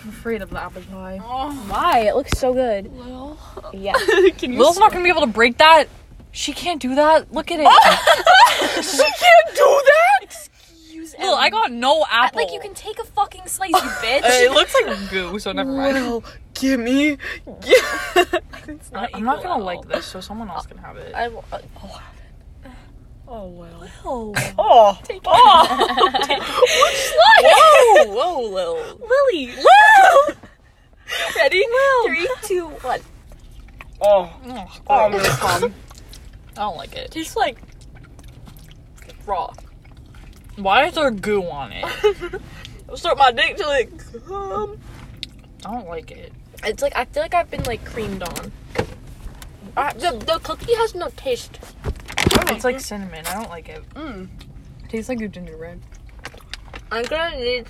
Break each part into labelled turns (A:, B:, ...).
A: I'm afraid of the applejack pie.
B: Why? It looks so good.
A: Lil.
B: Yeah.
A: Can you
C: Lil's not gonna be able to break that. She can't do that. Look at it.
A: she can't do that!
B: Use
C: Lil, I got no apple.
B: Like you can take a fucking slice, you bitch.
C: Uh, it looks like goo, so never mind.
A: Well, gimme. gi- it's
C: I- I'm
A: equal
C: not
A: at
C: gonna
A: all.
C: like this, so someone else can have it.
A: I will. Uh, oh. Oh well.
C: Oh,
A: Oh. Oh.
C: whoa, whoa, Lil.
B: Lily.
A: Ready?
B: Three, two, one.
A: Oh.
C: Oh,
A: Oh, I'm gonna come.
C: I don't like it.
A: Tastes like raw.
C: Why is there goo on it?
A: I'll start my dick till it come.
C: I don't like it.
A: It's like I feel like I've been like creamed on. I, the, the cookie has no taste.
C: It's like cinnamon. I don't like it.
A: Mm.
C: It tastes like your gingerbread.
A: I'm gonna need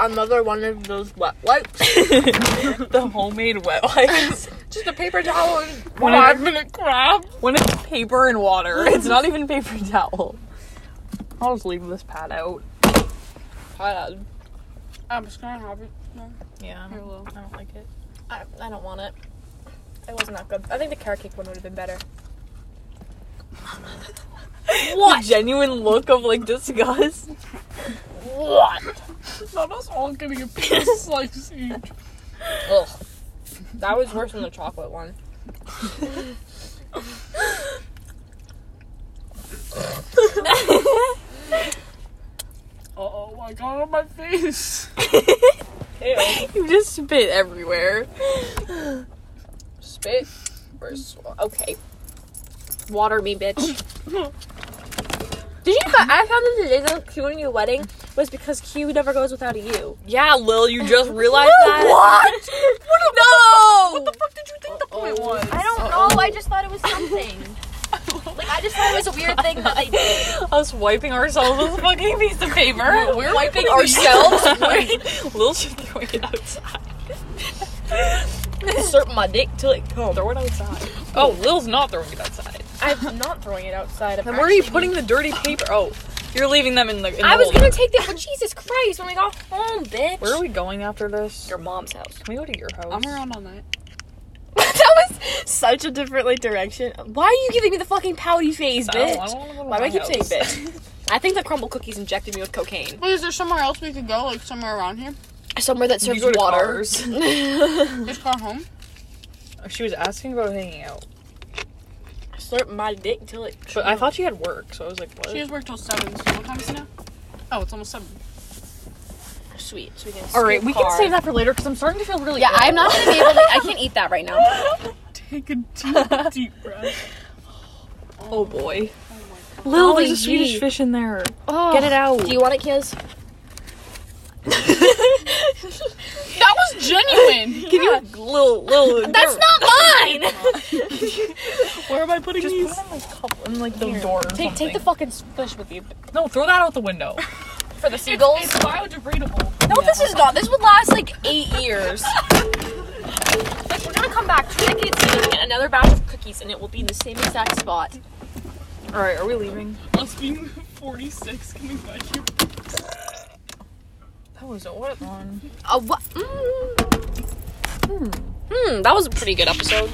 A: another one of those wet wipes.
C: the homemade wet wipes.
A: Just a paper towel and
C: When I-
A: five minute crap.
C: When it's paper and water, it's not even paper towel. I'll just leave this pad out.
A: I'm just gonna have it.
C: Yeah,
A: I will.
C: I don't like it.
A: I, I don't want it. It wasn't that good. I think the carrot cake one would have been better.
C: What? genuine look of like disgust.
A: What?
C: Not us all getting a piece slice each.
A: Ugh. That was worse than the chocolate one.
C: Oh, I got on my face.
A: Ew.
C: You just spit everywhere.
A: Spit. First, okay. Water me, bitch. Did you know I found that the day that Q in your wedding was because Q never goes without a U.
C: Yeah, Lil, you just realized that.
A: What?
C: What? No. What the fuck did you think the
A: point was?
B: I don't know. I just thought it was something. like I just thought it was a weird thing that they did.
C: Us wiping ourselves with a fucking piece of paper. We're
A: wiping ourselves?
C: Wait, Lil should throw it outside.
A: Insert my dick till it comes.
C: Throw it outside. Oh, Lil's not throwing it outside.
A: I'm not throwing it outside. I'm
C: Then where are you
A: actually-
C: putting the dirty paper? Oh, you're leaving them in the. In the
B: I was
C: old-
B: gonna take that, but Jesus Christ, when we got home, bitch.
C: Where are we going after this?
B: Your mom's house.
C: Can we go to your house?
D: I'm around all night.
B: that was such a different like direction. Why are you giving me the fucking pouty face,
C: I
B: bitch?
C: don't, I don't wanna go to
B: Why do
C: my
B: I keep saying
C: house.
B: bitch? I think the crumble cookies injected me with cocaine.
D: Wait, is there somewhere else we could go? Like somewhere around here?
B: Somewhere that
C: You
B: serves
C: go to
B: water.
C: Cars.
D: Just go home.
C: She was asking about hanging out,
A: Slurp my dick till it.
C: but I thought she had work, so I was like, "What?"
D: She has worked till seven. So what time is it now? Oh, it's almost seven.
B: Sweet. So we can
C: All right,
B: scoop
C: we can
B: car.
C: save that for later because I'm starting to feel really.
B: Yeah,
C: ill.
B: I'm not gonna be able to. I can't eat that right now.
D: Take a deep, deep breath.
C: Oh boy,
D: Oh my god.
C: Lil, there's
B: Golly
C: a Swedish
B: gee.
C: fish in there.
B: Oh.
C: Get it out.
B: Do you want it, Kiz?
D: That was genuine.
C: Give you a little, little.
B: That's not mine.
D: Where am I putting
C: Just
D: these?
C: put it in the cup, in like the door. Or
B: Take, take the fucking
C: something.
B: fish with you
C: no, throw that out the window.
B: for the seagulls.
D: biodegradable.
B: No, this is not. This would last like eight years. like we're gonna come back two decades later and get another batch of cookies, and it will be in the same exact spot.
C: All right, are we leaving?
D: Us being 46 coming back here.
C: That was a what one?
B: A what? Hmm, Mm. Hmm. That was a pretty good episode.